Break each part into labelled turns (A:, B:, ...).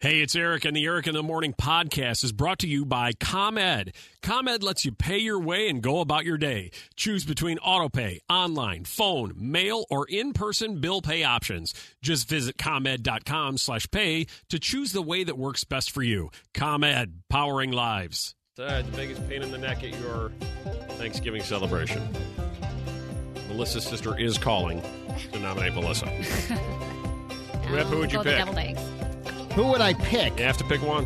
A: Hey, it's Eric, and the Eric in the Morning podcast is brought to you by ComEd. ComEd lets you pay your way and go about your day. Choose between autopay, online, phone, mail, or in-person bill pay options. Just visit ComEd.com slash pay to choose the way that works best for you. ComEd, powering lives. Uh, the biggest pain in the neck at your Thanksgiving celebration. Melissa's sister is calling to nominate Melissa. Rip, who would you
B: Go with the
A: pick?
B: Deviled eggs.
C: Who would I pick?
A: You have to pick one.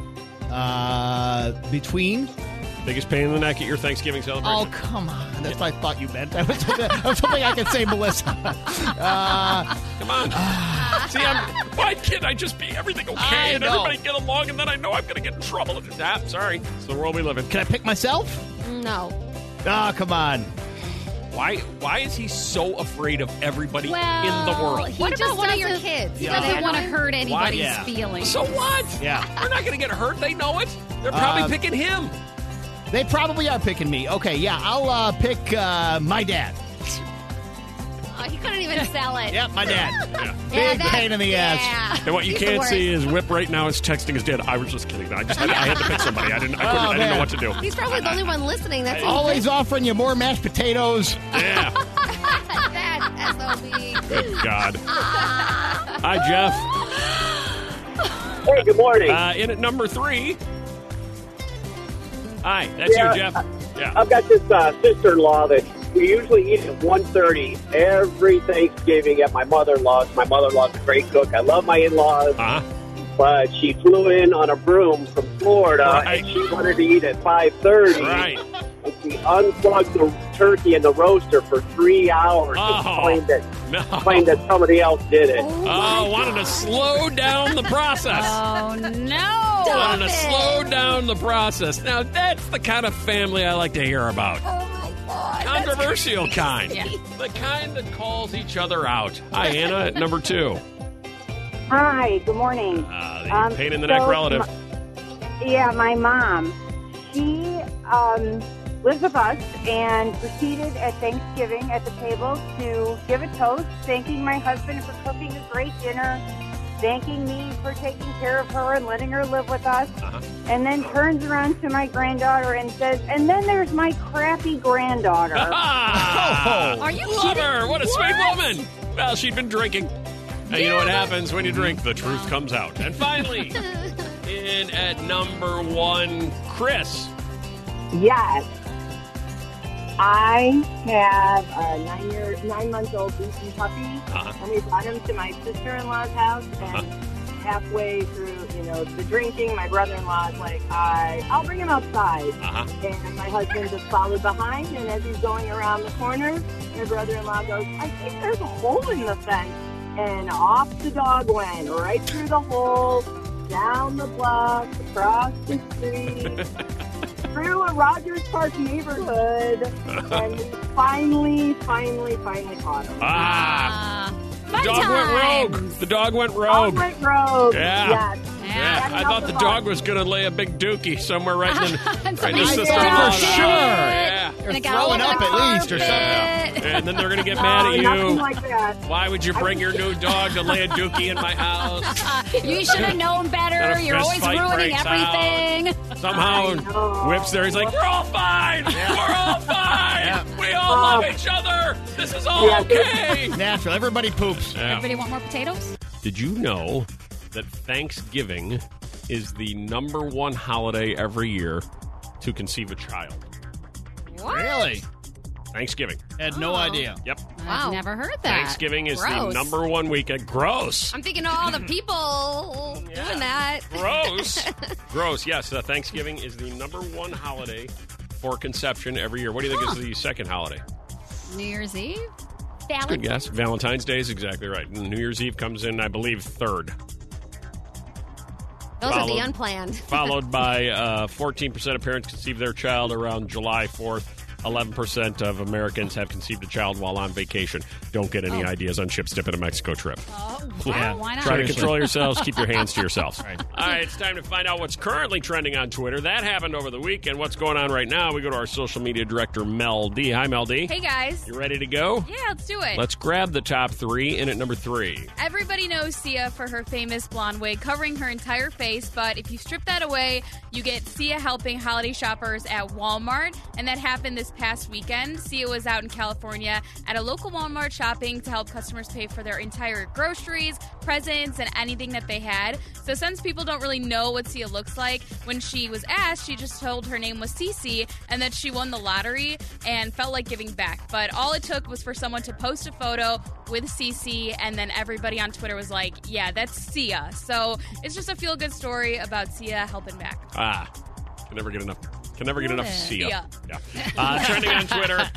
C: Uh, between?
A: Biggest pain in the neck at your Thanksgiving
C: Oh,
A: celebration.
C: come on. That's what I thought you meant. I was hoping, I, was hoping I could say Melissa. Uh,
A: come on. See, I'm. Why can't I just be everything okay
C: I
A: and
C: know.
A: everybody get along, and then I know I'm going to get in trouble? If ah, sorry. It's the world we Ah, live in.
C: can I pick myself?
B: No.
C: Oh, come on.
A: Why? Why is he so afraid of everybody in the world?
B: What about one of your
D: doesn't-
B: kids? He
C: Yeah.
B: doesn't want to hurt anybody's
C: Yeah.
B: feelings.
A: So what?
C: Yeah.
A: They're not going to get hurt. They know it. They're probably
C: Uh,
A: picking him.
C: They probably are picking me. Okay, yeah, I'll uh, pick uh, my dad.
B: Oh, he couldn't even sell it.
C: Yep, my dad.
B: Yeah,
C: Big
B: that-
C: pain in the ass.
B: yeah.
A: And what you
B: He's the
A: can't
B: worst.
A: see is Whip right now is texting his dad. I was just kidding. I just I, I had to pick somebody. I didn't. I, couldn't,
C: Oh,
A: I didn't know
C: man.
A: what to do.
B: He's probably the only one listening. That's all
C: Always offering you more mashed potatoes. Oh,
A: Yeah.
B: that SOB.
A: Good God. Hi, Jeff.
E: Hey, good morning.
A: Uh, in at number three. Hi, that's
E: Yeah,
A: you, Jeff. yeah.
E: I've got this uh, sister-in-law that we usually eat at 1.30 every Thanksgiving at my mother-in-law's. My mother-in-law's a great cook. I love my in-laws,
A: Uh-huh.
E: but she flew in on a broom from Florida,
A: Right.
E: and she wanted to eat at 5.30.
A: Right.
E: And she unplugged the turkey in the roaster for three hours
A: Oh.
E: and claimed that,
A: No.
E: claimed that somebody else did it.
A: Oh, wanted to slow down the process.
D: Oh no!
A: wanted to slow down the process. Now that's the kind of family I like to hear about.
D: Oh.
A: Controversial kind. The kind that calls each other out. Hi, Anna, at number two.
F: Hi, good morning.
A: Uh, the
F: Um,
A: pain in the neck
F: so
A: relative.
F: Yeah, my mom. She um, lives with us and proceeded at Thanksgiving at the table to give a toast, thanking my husband for cooking a great dinner, thanking me for taking care of her and letting her live with us,
A: Uh-huh.
F: and then turns around to my granddaughter and says, And then there's my crappy granddaughter.
A: Ah,
D: Are you
A: love
D: kidding?
A: her? What a
D: What?
A: sweet woman. Well, she'd been drinking. And you know what happens when you drink? The truth comes out. And finally, in at number one, Chris.
F: Yes. I have a nine year, nine month old beaten puppy,
A: Uh-huh.
F: and we brought him to my sister in law's house. And halfway through, you know, the drinking, my brother in law's like, I, I'll bring him outside.
A: Uh-huh.
F: And my husband just followed behind. And as he's going around the corner, my brother in law goes, I think there's a hole in the fence. And off the dog went, right through the hole, down the block, across the street through a Rogers Park neighborhood, and we finally, finally, finally caught him.
A: Ah,
D: Fun
A: the dog went rogue.
D: times. Oh
A: The dog went
F: Off
A: rogue.
F: Lake Road.
A: Yeah.
F: Yes.
A: Yeah, I thought the dog was going to lay a big dookie somewhere right in the, right in the
D: somebody
A: sister
D: grabbed
C: For
D: it.
C: sure.
A: Yeah.
D: And it got
C: throwing
D: all over
C: up
D: the
C: at least or
D: carpet.
A: And then they're going to get
F: No,
A: mad at
F: nothing
A: you.
F: like that.
A: Why would you bring your new dog to lay a dookie in my house?
D: You should have known
A: Got
D: better.
A: a
D: You're
A: fist
D: always
A: fight
D: ruining
A: breaks out.
D: everything.
A: Somehow whips there. He's like, we're all fine. We're all fine. We all love each other. This is all okay.
C: Natural. Everybody poops.
A: Yeah.
D: Everybody want more potatoes?
A: Did you know that Thanksgiving is the number one holiday every year to conceive a child.
B: What?
C: Really?
A: Thanksgiving.
C: Had no
B: Oh.
C: idea.
A: Yep.
B: Wow.
D: I've never heard that.
A: Thanksgiving is
B: Gross.
A: the number one weekend. Gross.
B: I'm thinking of all the people doing that.
A: Gross. Gross. Yes, uh, Thanksgiving is the number one holiday for conception every year. What do you think is the second holiday?
D: New Year's Eve?
A: Good
B: Valid.
A: guess. Valentine's Day is exactly right. New Year's Eve comes in, I believe, third,
B: Those are the
A: Followed.
B: unplanned.
A: followed by uh, 14% of parents conceive their child around July 4th. 11% of Americans have conceived a child while on vacation. Don't get any ideas on Chip's dip in a Mexico trip.
D: Oh, wow.
C: Yeah.
D: Why not?
A: Try to
C: Seriously.
A: control yourselves. Keep your hands to yourselves.
C: Right.
A: All right, it's time to find out what's currently trending on Twitter. That happened over the weekend. What's going on right now? We go to our social media director, Mel D. Hi, Mel D.
G: Hey guys.
A: You ready to go?
G: Yeah, let's do it.
A: Let's grab the top three. In at number three.
G: Everybody knows Sia for her famous blonde wig covering her entire face, but if you strip that away, you get Sia helping holiday shoppers at Walmart, and that happened this past weekend. Sia was out in California at a local Walmart shopping to help customers pay for their entire groceries, presents, and anything that they had. So since people don't really know what Sia looks like, when she was asked, she just told her name was Cece and that she won the lottery and felt like giving back. But all it took was for someone to post a photo with Cece, and then everybody on Twitter was like, yeah, that's Sia. So it's just a feel good story about Sia helping back.
A: Ah, can never get enough. Can never get enough. See ya.
G: Yeah.
A: Yeah. Uh, trending on Twitter.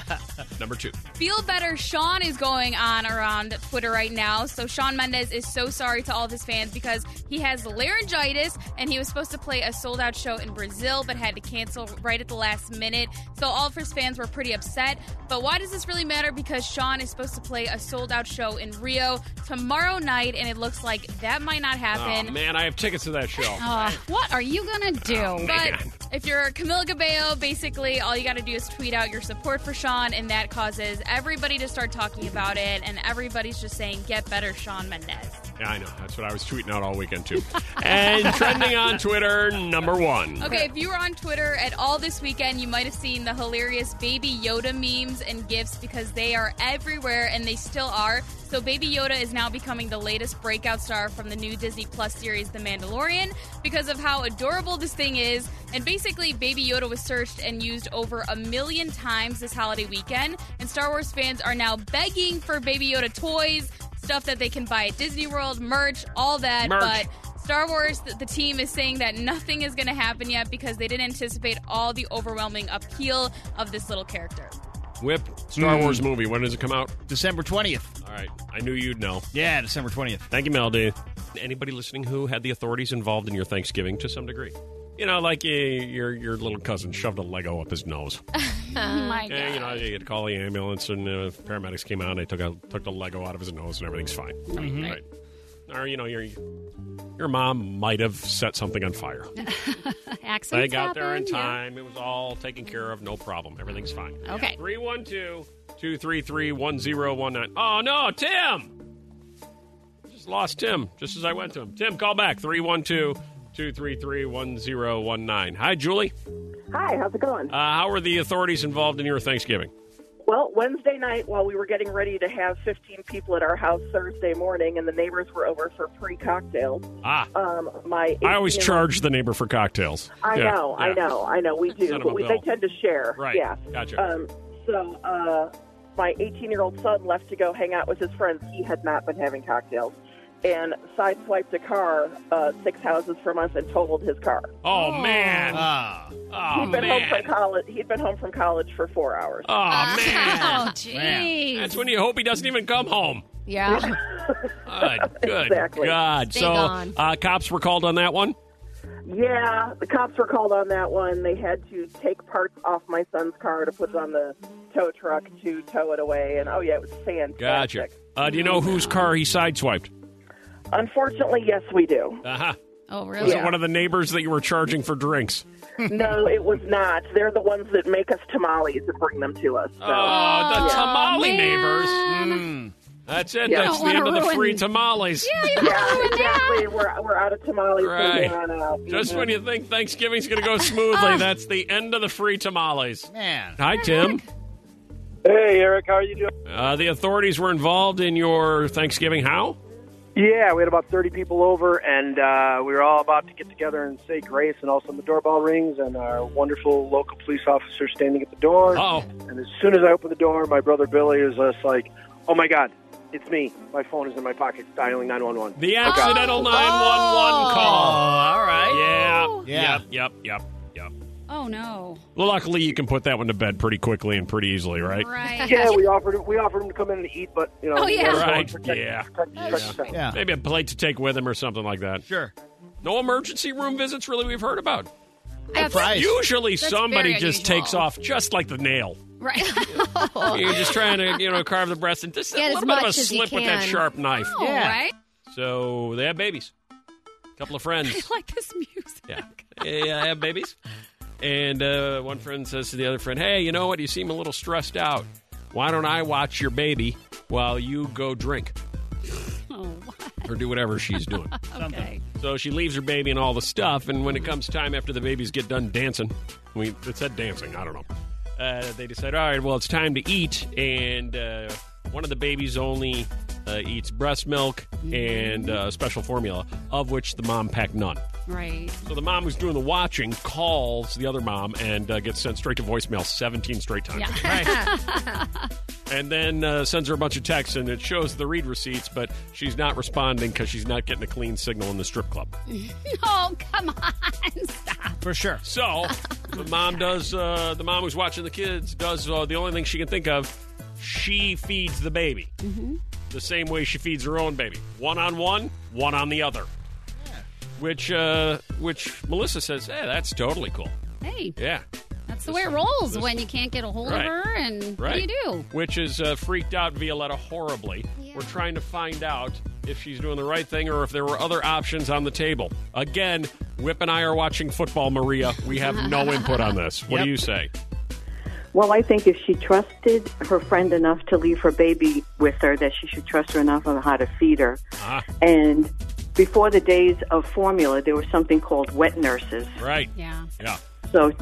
A: Number two.
G: Feel Better Sean is going on around Twitter right now. So Sean Mendez is so sorry to all of his fans because he has laryngitis and he was supposed to play a sold out show in Brazil but had to cancel right at the last minute. So all of his fans were pretty upset. But why does this really matter? Because Sean is supposed to play a sold out show in Rio tomorrow night and it looks like that might not happen.
A: Oh, man, I have tickets to that show.
G: Oh.
D: Uh, what are you going to do?
G: But if you're Camila Cabello, basically all you got to do is tweet out your support for Sean, and that causes everybody to start talking about it, and everybody's just saying, "Get better, Sean Mendez."
A: Yeah, I know. That's what I was tweeting out all weekend too. and trending on Twitter. Number one.
G: Okay, if you were on Twitter at all this weekend, you might have seen the hilarious Baby Yoda memes and gifs because they are everywhere, and they still are. So Baby Yoda is now becoming the latest breakout star from the new Disney Plus series The Mandalorian because of how adorable this thing is. And basically, Baby Yoda was searched and used over a million times this holiday weekend. And Star Wars fans are now begging for Baby Yoda toys, stuff that they can buy at Disney World, merch, all that.
A: Merch.
G: But Star Wars, th- the team is saying that nothing is going to happen yet because they didn't anticipate all the overwhelming appeal of this little character.
A: Whip Star
C: Hmm.
A: Wars movie. When does it come out?
C: December 20th.
A: All right. I knew you'd know.
C: Yeah, December 20th.
A: Thank you, Melody. Anybody listening who had the authorities involved in your Thanksgiving to some degree? You know, like eh, your your little cousin shoved a Lego up his nose.
D: oh my
A: Yeah,
D: God.
A: Eh, you know, you had to call the ambulance, and uh, paramedics came out. and They took a, took the Lego out of his nose, and everything's fine. Right. Or you know, your your mom might have set something on fire. they
D: Accidents
A: got there in
D: happen, yeah.
A: time. It was all taken care of. No problem. Everything's fine.
D: Okay.
A: Three one two two three three one zero one nine. Oh no, Tim! Just lost Tim. Just as I went to him. Tim, call back. Three one two two three three one zero one nine. Hi, Julie.
H: Hi, how's it going?
A: Uh, how were the authorities involved in your Thanksgiving?
H: Well, Wednesday night, while we were getting ready to have 15 people at our house Thursday morning, and the neighbors were over for pre cocktails,
A: Ah.
H: um, my.
A: I always
H: 18
A: charge the neighbor for cocktails.
H: I
A: Yeah,
H: know, I
A: yeah.
H: know, I know. We do,
A: Send 'em a
H: but we, they
A: bill.
H: tend to share.
A: Right.
H: Yeah.
A: Gotcha.
H: Um, so, uh, my 18 year old son left to go hang out with his friends. He had not been having cocktails, and sideswiped a car uh, six houses from us and totaled his car.
A: Oh, man.
C: Ah.
A: oh
H: he'd been
A: man.
H: home from college. He'd been home from college for four hours.
A: oh man.
D: Oh, jeez.
A: That's when you hope he doesn't even come home.
G: Yeah.
A: Good, good
H: Exactly.
A: God.
G: Stay
A: so
G: gone.
A: uh, cops were called on that one.
H: Yeah, the cops were called on that one. They had to take parts off my son's car to put it on the tow truck to tow it away. And oh yeah, it was fantastic.
A: Gotcha. Uh, do you know whose car he sideswiped?
H: Unfortunately, yes, we do.
A: Uh huh.
D: Oh,
A: Was
D: really?
A: it one of the neighbors that you were charging for drinks?
H: no, it was not. They're the ones that make us tamales and bring them to us. So.
A: oh, the
H: yeah.
A: tamale
D: man.
A: neighbors. Hmm. That's it.
H: Yeah.
A: That's
D: Don't
A: the end
D: wanna
A: of the
D: ruin-
A: free tamales.
H: Yeah, exactly. We're, we're out of tamales
A: Right.
H: from here on out.
A: Just
H: Mhm.
A: when you think Thanksgiving's going to go smoothly, that's the end of the free tamales.
C: Man.
A: Hi, Tim.
E: Hey, Eric, how are you doing?
A: Uh, the authorities were involved in your Thanksgiving. How?
I: Yeah, we had about 30 people over, and uh, we were all about to get together and say grace, and all of a sudden the doorbell rings, and our wonderful local police officer standing at the door.
A: Oh.
I: And as soon as I open the door, my brother Billy is just like, oh my God, it's me. My phone is in my pocket, dialing 911.
A: The
I: Oh, God.
A: accidental 911 call.
I: Oh, all
A: right. Yeah.
I: Yeah.
A: Yep. Yep. Yep. Yep.
D: Oh no.
A: Well, luckily you can put that one to bed pretty quickly and pretty easily, right?
D: Right.
I: Yeah, we offered him, we offered him to come in and eat, but you know,
D: Oh,
I: we
D: yeah. Oh,
I: wanted to
A: Right.
I: protect-
A: Yeah.
I: protect- protect-
A: Maybe a plate to take with him or something like that. Sure. No emergency room visits, really, we've heard about.
C: That's- Surprised.
A: Usually
C: that's
A: somebody
C: very
A: just
C: unusual.
A: takes off just like the nail.
D: Right.
A: You're just trying to, you know, carve the breast and just
J: Oh. Get
A: a
J: as
A: little bit of a
J: much as you
A: slip with that
J: can.
A: sharp knife.
J: Oh, Yeah. right?
A: So they have babies. A couple of friends.
D: I like this music.
A: Yeah. yeah, I have babies. And uh, one friend says to the other friend, Hey, you know what? You seem a little stressed out. Why don't I watch your baby while you go drink
D: Oh,
A: or do whatever she's doing?
D: okay.
A: so she leaves her baby and all the stuff. And when it comes time after the babies get done dancing, we it said dancing, I don't know. Uh, they decide, All right, well, it's time to eat. And uh, one of the babies only uh, eats breast milk and uh, special formula, of which the mom packed none.
D: Right.
A: So the mom who's doing the watching calls the other mom and uh, gets sent straight to voicemail 17 straight times. And then uh, sends her a bunch of texts and it shows the read receipts, but she's not responding because she's not getting a clean signal in the strip club. Oh,
D: No, come on. Stop.
A: For sure. So the mom does, uh, the mom who's watching the kids does uh, the only thing she can think of. She feeds the baby the same way she feeds her own baby one on one, one on the other. Which, uh, which Melissa says, hey, that's totally cool.
D: Hey,
A: Yeah.
D: that's the way it rolls
A: this-
D: when you can't get a hold
A: Right.
D: of her, and what do
A: Right.
D: you do?
A: Which has uh, freaked out Violetta horribly. We're trying to find out if she's doing the right thing or if there were other options on the table. Again, Whip and I are watching football, Maria. We have no input on this. What do you say?
K: Well, I think if she trusted her friend enough to leave her baby with her, that she should trust her enough on how to feed her.
A: Ah,
K: And before the days of formula, there was something called wet nurses.
A: right.
D: Yeah.
A: Yeah.
K: So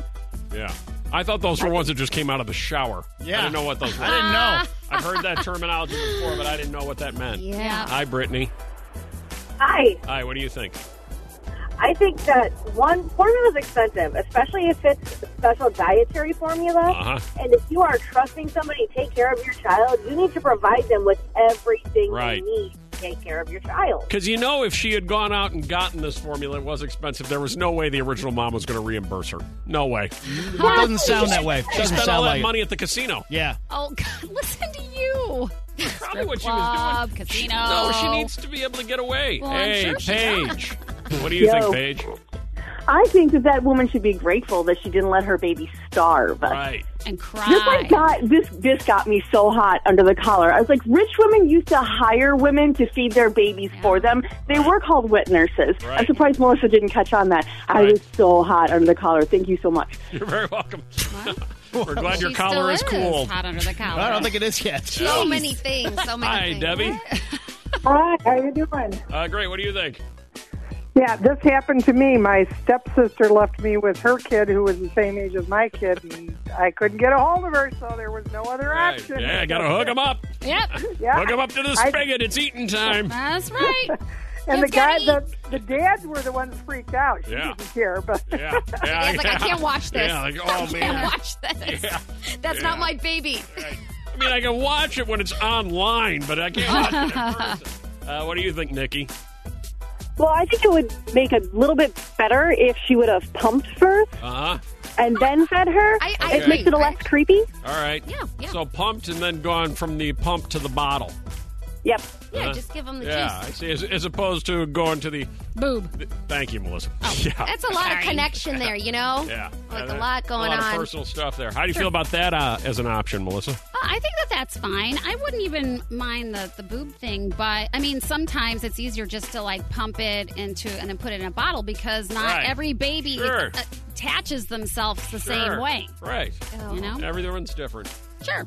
A: Yeah. I thought those were ones that just came out of the shower.
C: Yeah.
A: I didn't know what those were.
C: I didn't
D: Ah.
C: know.
A: I've heard that terminology before, but I didn't know what that meant.
K: Yeah.
A: Hi, Brittany.
L: Hi.
A: Hi, what do you think?
L: I think that one formula is expensive, especially if it's special dietary formula.
A: Uh-huh.
L: And if you are trusting somebody to take care of your child, you need to provide them with everything
A: Right.
L: they need to take care of your child.
A: Because you know, if she had gone out and gotten this formula, it was expensive. There was no way the original mom was going to reimburse her. No way.
C: Doesn't sound that way.
A: She
C: Doesn't
A: spent all
C: sound
A: that
C: like it.
A: money at the casino.
C: Yeah.
D: Oh, God, listen to you. Probably
A: what she was
D: club, was doing. Casino.
A: No, she needs to be able to get away.
D: Well, I'm
A: hey,
D: sure she
A: Paige. What do you
J: Yo.
A: think, Paige?
J: I think that that woman should be grateful that she didn't let her baby starve.
A: Right.
D: and
J: This
D: cry.
J: like got this this got me so hot under the collar. I was like, rich women used to hire women to feed their babies for them. They were called wet nurses. I'm
A: Right.
J: surprised Melissa didn't catch on that. I was so hot under the collar. Thank you so much.
A: You're very welcome. We're
D: Well,
A: glad your
D: she
A: collar is,
D: still
A: cool.
D: Hot under the collar.
A: I don't think it is yet.
B: So many things. So many
A: Hi,
B: things.
A: Debbie.
M: Hi, how you doing?
A: Uh, great. What do you think?
M: Yeah, this happened to me. My stepsister left me with her kid, who was the same age as my kid, and I couldn't get a hold of her, so there was no other
A: Right.
M: option.
A: Yeah, gotta hook 'em up.
D: Yep.
A: Hook him up to the
M: I-
A: spigot. It's eating time.
D: That's right.
M: and the
D: Kids gotta
M: guy, the, the dads were the ones freaked out. She
A: Yeah.
M: didn't care, but
A: Yeah. yeah,
B: It's like, I can't watch this.
A: Yeah, like, oh,
B: I can't
A: man.
B: watch this.
A: Yeah.
B: That's
A: Yeah.
B: not my baby.
A: I mean, I can watch it when it's online, but I can't watch it. Uh, what do you think, Nikki?
N: Well, I think it would make a little bit better if she would have pumped first
A: Uh huh.
N: and then fed her.
A: I
N: it makes it
A: agree.
N: less creepy.
A: All right. Yeah, yeah. So pumped and then gone from the pump to the bottle.
N: Yep.
B: Yeah,
A: Uh,
B: just give them the
A: yeah, I
B: juice.
A: see. As, as opposed to going to the
D: boob.
A: thank you, Melissa. yeah.
B: Oh, That's a lot of connection there, you know?
A: Yeah.
B: Like
A: Uh,
B: a lot going
A: a lot
B: on.
A: Of personal stuff there. How do you
D: Sure.
A: feel about that uh, as an option, Melissa?
D: Uh, I think that that's fine. I wouldn't even mind the, the boob thing, but I mean, sometimes it's easier just to like pump it into and then put it in a bottle because not
A: Right.
D: every baby
A: Sure.
D: attaches themselves the
A: Sure.
D: same way.
A: Right.
D: You know?
A: Everyone's different.
D: Sure.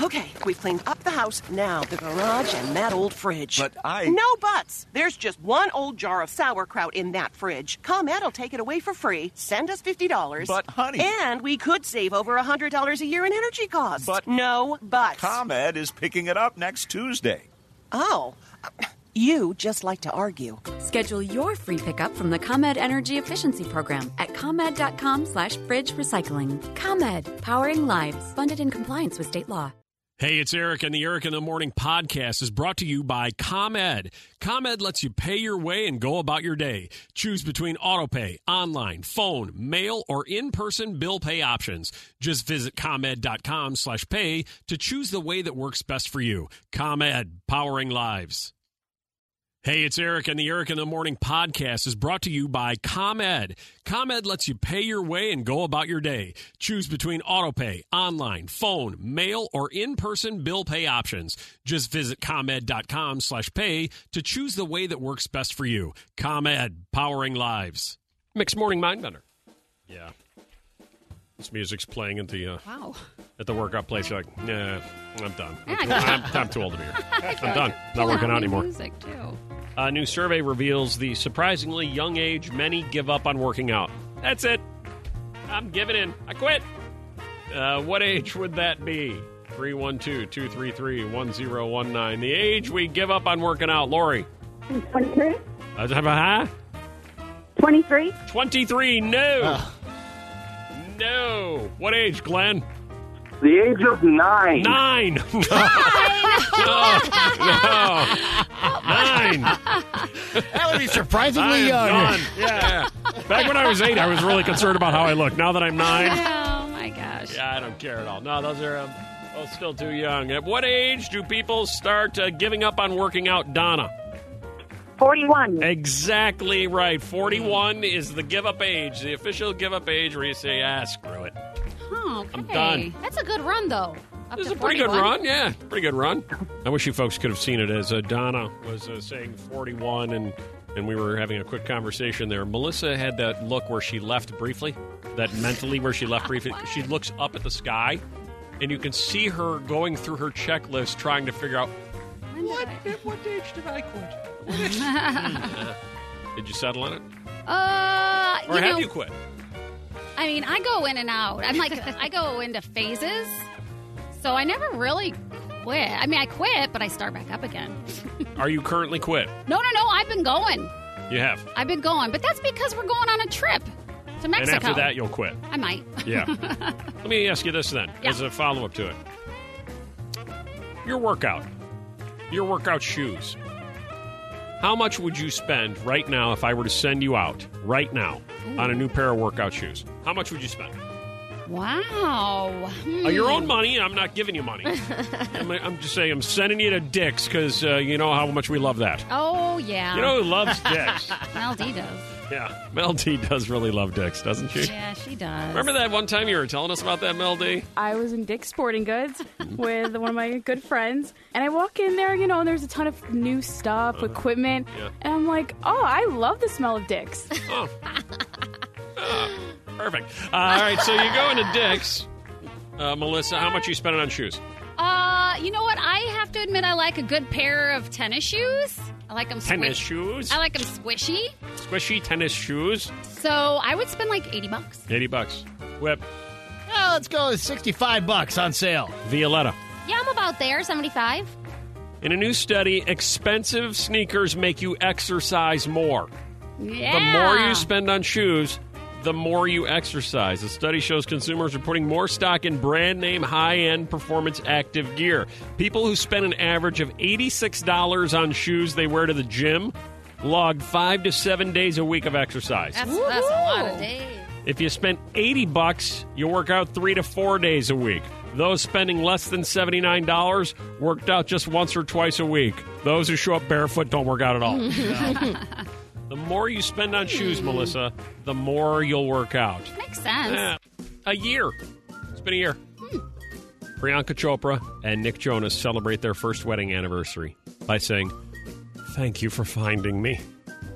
O: Okay, we've cleaned up the house, now the garage and that old fridge.
P: But I-
O: No buts! There's just one old jar of sauerkraut in that fridge. ComEd will take it away for free. Send us $50.
P: But, honey-
O: And we could save over $100 a year in energy costs. But. No buts.
P: ComEd is picking it up next Tuesday.
O: oh. You just like to argue.
P: Schedule your free pickup from the ComEd Energy Efficiency Program at ComEd.com slash fridge recycling. ComEd, powering lives, funded in compliance with state law.
A: Hey, it's Eric, and the Eric in the Morning podcast is brought to you by ComEd. ComEd lets you pay your way and go about your day. Choose between autopay, online, phone, mail, or in-person bill pay options. Just visit ComEd.com slash pay to choose the way that works best for you. ComEd, powering lives. Hey, it's Eric, and the Eric in the Morning podcast is brought to you by ComEd. ComEd lets you pay your way and go about your day. Choose between autopay, online, phone, mail, or in-person bill pay options. Just visit ComEd.com slash pay to choose the way that works best for you. ComEd, powering lives. Mixed Morning Mindbender. Yeah. This music's playing at the uh,
D: Wow.
A: at the workout place. You're like, nah, I'm done.
D: Yeah,
A: I'm,
D: I got
A: I'm,
D: it.
A: I'm too old to be here.
D: I feel
A: I'm done.
D: like-
A: Not working
D: Loud
A: out anymore.
D: Music too.
A: A new survey reveals the surprisingly young age many give up on working out. That's it. I'm giving in. I quit. Uh, what age would that be? 312 233 1019. The age we give up on working out. Lori.
L: 23?
A: Uh, huh?
L: 23?
A: 23. No. No. What age, Glenn?
Q: The age of nine.
A: Nine. no. No. Nine.
C: That would be surprisingly
A: I am
C: young.
A: done. Yeah. Back when I was eight, I was really concerned about how I looked. Now that I'm nine,
D: Oh my gosh.
A: yeah, I don't care at all. No, those are um, those still too young. At what age do people start uh, giving up on working out, Donna?
L: 41.
A: Exactly right.
D: Hmm.
A: 41 is the give up age, the official give up age where you say, ah, screw it.
D: Huh, Oh, okay.
A: I'm done.
B: That's a good run, though. Up
A: This
B: to
A: is a pretty good
B: 41.
A: run, yeah. Pretty good run. I wish you folks could have seen it as uh, Donna was uh, saying 41 and and we were having a quick conversation there. Melissa had that look where she left briefly, that mentally where she left briefly. She looks up at the sky and you can see her going through her checklist trying to figure out
D: What?
A: At what age did I quit? uh, did you settle on it?
D: uh,
A: Or
D: you
A: have
D: know,
A: you quit?
D: I mean, I go in and out. I'm like, I go into phases. So I never really quit. I mean, I quit, but I start back up again.
A: Are you currently quit?
D: No, no, no. I've been going.
A: You have.
D: I've been going, but that's because we're going on a trip to Mexico.
A: And after that, you'll quit.
D: I might.
A: Yeah. Let me ask you this then, as a follow up to it. Your workout, your workout shoes. How much would you spend right now if I were to send you out right now
D: Ooh.
A: on a new pair of workout shoes? How much would you spend?
D: Hmm. Wow. Hmm.
A: Uh, your own money. I'm not giving you money. I'm, I'm just saying I'm sending you to Dick's because uh, you know how much we love that.
D: Oh yeah.
A: You know who loves dicks?
D: Mel D does.
A: Yeah, Mel D does really love Dick's, doesn't she?
D: Yeah, she does.
A: Remember that one time you were telling us about that, Mel D?
R: I was in Dick's Sporting Goods with one of my good friends, and I walk in there, you know, and there's a ton of new stuff,
A: Uh-huh.
R: equipment,
A: Yeah.
R: and I'm like, oh, I love the smell of Dick's.
A: Oh. Ah, perfect. Uh, all right, so you go into Dick's. Uh, Melissa, how much you spending on shoes?
D: Uh, you know what? I have to admit, I like a good pair of tennis shoes. I like them
A: Tennis shoes?
D: I like them squishy.
A: Squishy tennis shoes,
D: So I would spend like eighty bucks.
A: eighty bucks. Whip,
C: Oh, let's go with 65 bucks on sale.
A: Violetta.
B: Yeah, I'm about there, 75.
A: In a new study, expensive sneakers make you exercise more.
D: Yeah.
A: The more you spend on shoes, the more you exercise. The study shows consumers are putting more stock in brand name, high end performance active gear. People who spend an average of $86 on shoes they wear to the gym log five to seven days a week of exercise.
B: That's, that's a lot of days.
A: If you spend 80 bucks, you work out 3 to 4 days a week. Those spending less than $79 worked out just once or twice a week. Those who show up barefoot don't work out at all. The more you spend on shoes, Melissa, the more you'll work out.
D: Makes sense.
A: Yeah. a year. It's been a year. Priyanka Chopra and Nick Jonas celebrate their first wedding anniversary by saying, Thank you for finding me.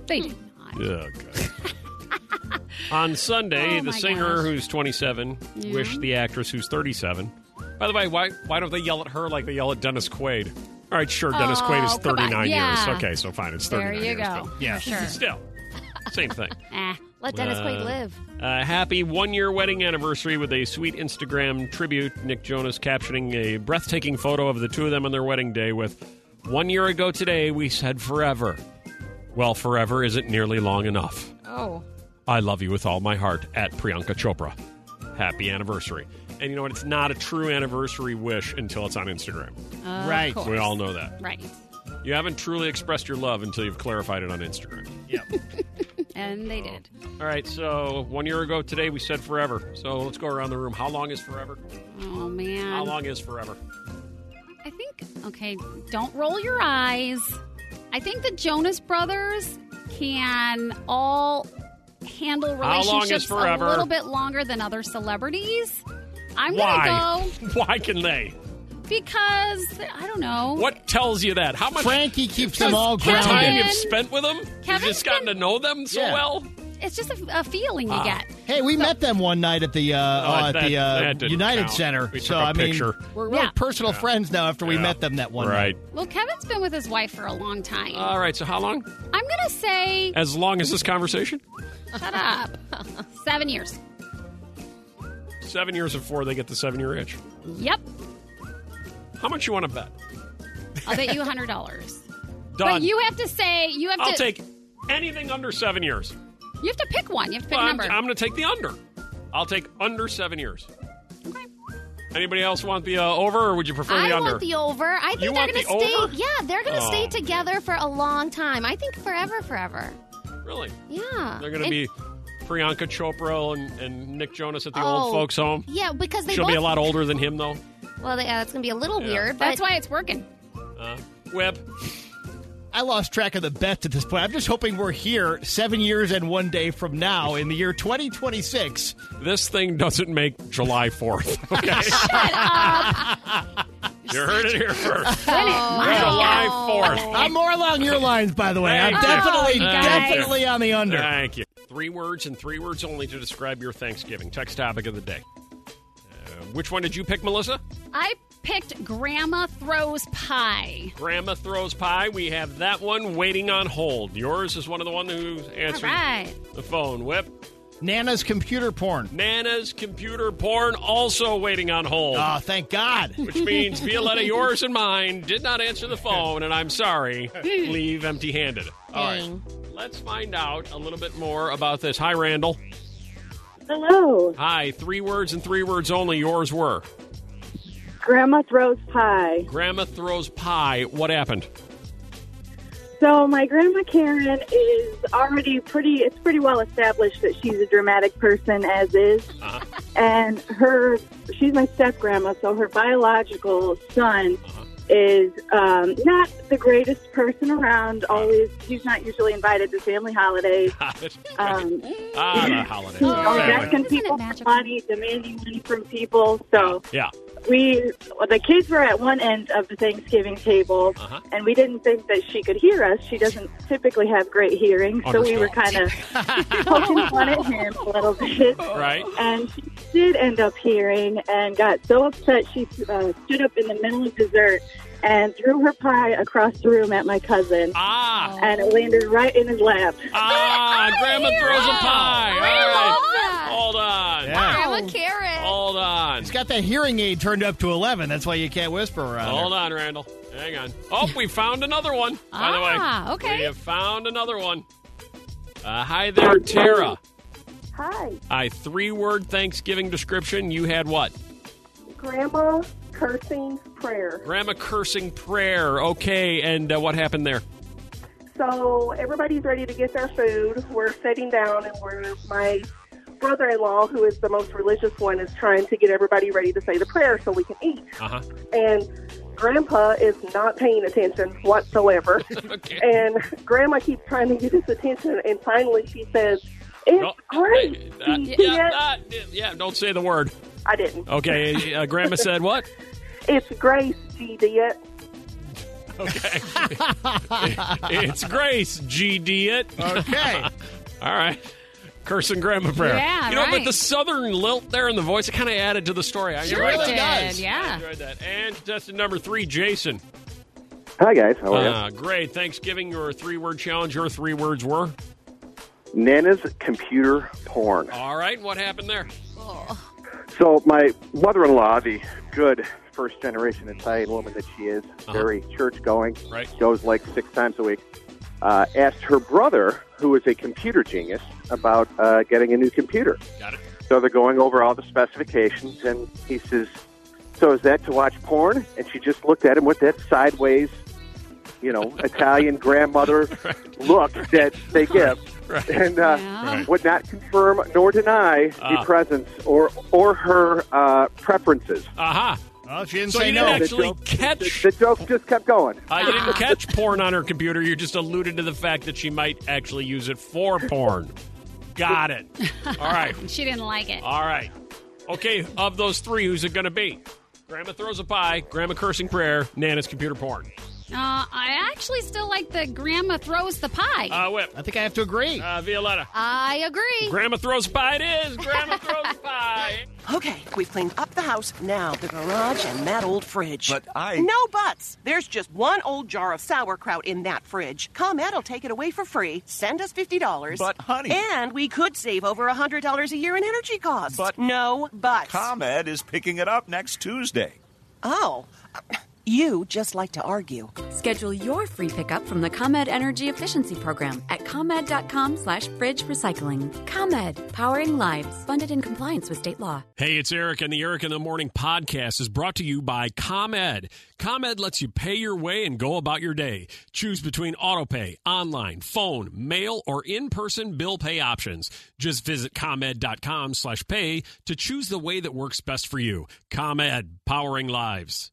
D: They did.
A: Yeah, okay. On Sunday,
D: Oh,
A: the
D: my
A: singer
D: gosh.
A: who's 27
D: Yeah.
A: wished the actress who's 37. By the way, why why don't they yell at her like they yell at Dennis Quaid? All right, sure, Dennis
D: Oh,
A: Quaid is
D: come on.
A: 39
D: Yeah.
A: years. Okay, so fine, it's
D: There
A: 39
D: you
A: years.
D: go.
A: but- yeah,
D: For sure.
A: still, same thing.
D: Ah.
B: Let Dennis Quaid
A: Uh,
B: live.
A: Uh, happy one year wedding anniversary with a sweet Instagram tribute. Nick Jonas captioning a breathtaking photo of the two of them on their wedding day with, One year ago today, we said forever. Well, forever isn't nearly long enough.
B: Oh.
A: I love you with all my heart at Priyanka Chopra. Happy anniversary. And you know what? It's not a true anniversary wish until it's on Instagram.
D: Of Right. course.
A: We all know that.
D: Right.
A: You haven't truly expressed your love until you've clarified it on Instagram.
D: And they did.
A: All right, so one year ago today, we said forever. So let's go around the room. How long is forever?
D: Oh, man.
A: How long is forever?
D: I think, okay, don't roll your eyes. I think the Jonas Brothers can all handle
A: How long is
D: relationships a
A: forever?
D: little bit longer than other celebrities. I'm
A: Why?
D: going to
A: Why can they?
D: go because, I don't know.
A: What tells you that? How much
C: Frankie keeps them all
A: What time
C: grounded.
A: you've spent with them? You've just gotten to know them so
C: Yeah.
A: well.
D: It's just a, a feeling you
C: Ah.
D: get.
C: Hey, we met them one night at the uh, uh, at
A: Oh, that-
C: the uh,
A: that didn't
C: United
A: count.
C: Center.
A: We took
C: so
A: a
C: I mean,
A: picture.
C: we're really
D: Yeah.
C: personal
A: Yeah.
C: friends now after we
A: Yeah.
C: met them that one
A: Right.
C: night.
D: Well, Kevin's been with his wife for a long time.
A: All right, so how long?
D: I'm going to say,
A: As long as this conversation?
D: shut up, seven years.
A: Seven years before they get the seven year itch.
D: Yep.
A: How much you want to bet?
D: I'll bet you $100.
A: Done.
D: But you have to say, you have
A: I'll
D: to.
A: take anything under seven years.
D: You have to pick one. You have to pick
A: Well,
D: a
A: I'm,
D: number.
A: I'm going to take the under. I'll take under seven years. Anybody else want the uh, over, or would you prefer
B: I
A: the under?
B: want the over. I think
A: You
B: they're
A: want
B: going to
A: the
B: stay.
A: over?
B: Yeah, they're going to
A: Oh.
B: stay together for a long time. I think forever, forever.
A: really?
B: Yeah.
A: They're going to
B: And-
A: be Priyanka Chopra and, and Nick Jonas at the
B: Oh,
A: old folks' home.
B: Yeah, because they
A: She'll
B: both.
A: be a lot older than him, though.
B: Well, they, uh, that's going to be a little
A: Yeah.
B: weird. But
D: That's why it's working.
A: Uh, Web.
C: I lost track of the bets at this point. I'm just hoping we're here seven years and one day from now in the year 2026.
A: This thing doesn't make July 4th. Okay. you heard it here first. July 4th.
C: Uh, I'm more along your lines, by the way. I'm
A: Thank you.
C: definitely,
A: Thank you.
C: definitely on the under.
A: Thank you. Three words and three words only to describe your Thanksgiving. Text topic of the day. Uh, which one did you pick, Melissa?
D: I picked Grandma Throws Pie.
A: Grandma throws pie. We have that one waiting on hold. Yours is one of the one who answered
D: right.
A: the phone. Whip.
C: Nana's computer porn.
A: Nana's computer porn also waiting on hold.
C: Oh, thank God.
A: which means Violetta, yours and mine, did not answer the phone, and I'm sorry. Leave empty handed. All right. Let's find out a little bit more about this. Hi, Randall.
S: Hello.
A: Hi. Three words and three words only. Yours were
S: Grandma throws pie.
A: Grandma throws pie. What happened?
S: So my grandma Karen is already pretty. It's pretty well established that she's a dramatic person as is,
A: Uh-huh.
S: and her she's my step grandma. So her biological son
A: Uh-huh.
S: is um, not the greatest person around. Always, he's not usually invited to family holidays. Um,
A: Ah, the holidays.
S: he's always
A: Family.
S: asking people for money, demanding money from people. So
A: Yeah.
S: we well, the kids were at one end of the Thanksgiving table,
A: Uh-huh.
S: and we didn't think that she could hear us. She doesn't typically have great hearing, so we were kind of poking fun at him a little bit.
A: Right.
S: And she did end up hearing and got so upset she uh, stood up in the middle of dessert and threw her pie across the room at my cousin.
A: Ah.
S: And it landed right in his lap.
A: Ah, Grandma throws a pie. All right.
B: that.
A: Hold on.
C: Yeah.
B: Grandma Karen.
A: Hold on.
C: He's got that hearing aid turned up to 11. That's why you can't whisper around. her.
A: Hold on, Randall. Hang on. Oh, we found another one. By the way,
S: Ah, okay.
A: we have found another one. Uh, hi there, Tara.
S: Hi,
A: I three-word Thanksgiving description. You had what?
S: Grandma cursing prayer.
A: Grandma cursing prayer. Okay, and uh, what happened there?
S: So everybody's ready to get their food. We're sitting down, and we're my brother-in-law, who is the most religious one, is trying to get everybody ready to say the prayer so we can eat.
A: Uh huh.
S: And Grandpa is not paying attention whatsoever. And Grandma keeps trying to get his attention, and finally she says, "It's great."
A: Oh, Uh,
S: You see
A: yeah,
S: it?
A: uh, yeah. Don't say the word.
S: I didn't.
A: Okay. Uh, grandma said what?
S: It's Grace, G. Diet.
A: it's Grace. GD it.
C: Okay.
A: All right. Cursing grandma prayer.
C: Yeah,
A: you know, but
C: right.
A: the southern lilt there in the voice, it kind of added to the story. I
C: Sure
A: enjoyed
C: it
A: that.
C: does.
A: Yeah. I enjoyed that. And contestant number three, Jason.
Q: Hi, guys. How are
A: Uh, great. Thanksgiving, your three word challenge. Your three words were.
Q: you? Nana's computer porn.
A: All right. What happened there?
Q: So my mother-in-law, the good first-generation Italian woman that she is, very church-going,
A: Uh-huh. right.
Q: goes like six times a week, uh, asked her brother, who is a computer genius, about uh, getting a new computer.
A: Got it.
Q: So they're going over all the specifications, and he says, "So is that to watch porn?" And she just looked at him with that sideways, you know, Italian grandmother look that they give,
A: Right.
Q: and uh,
A: Yeah.
Q: would not confirm nor deny
A: Ah.
Q: the presence or or her uh, preferences.
A: Aha.
C: Oh, she
A: so you didn't actually catch.
Q: The, joke just kept going.
A: Uh, you
C: Ah.
A: didn't catch porn on her computer. You just alluded to the fact that she might actually use it for porn. Got it. All right.
D: She didn't like it.
A: All right. Okay, of those three, who's it going to be? Grandma throws a pie, Grandma cursing prayer, Nana's computer porn.
D: Uh, I actually still like the grandma throws the pie.
A: Uh, Whip. I
C: think I have to agree.
A: Uh, Violetta.
D: I agree.
A: Grandma throws pie. It is. Grandma throws pie.
O: Okay, we've cleaned up the house, now the garage, and that old fridge.
T: But I-
O: No buts! There's just one old jar of sauerkraut in that fridge. ComEd will take it away for free. Send us $50.
T: But, honey-
O: And we could save over $100 a year in energy costs. But. No buts.
T: ComEd is picking it up next Tuesday.
O: Oh. You just like to argue.
P: Schedule your free pickup from the ComEd Energy Efficiency Program at ComEd.com slash fridge recycling. ComEd, powering lives, funded in compliance with state law.
A: Hey, it's Eric, and the Eric in the Morning podcast is brought to you by ComEd. ComEd lets you pay your way and go about your day. Choose between autopay, online, phone, mail, or in-person bill pay options. Just visit ComEd.com slash pay to choose the way that works best for you. ComEd, powering lives.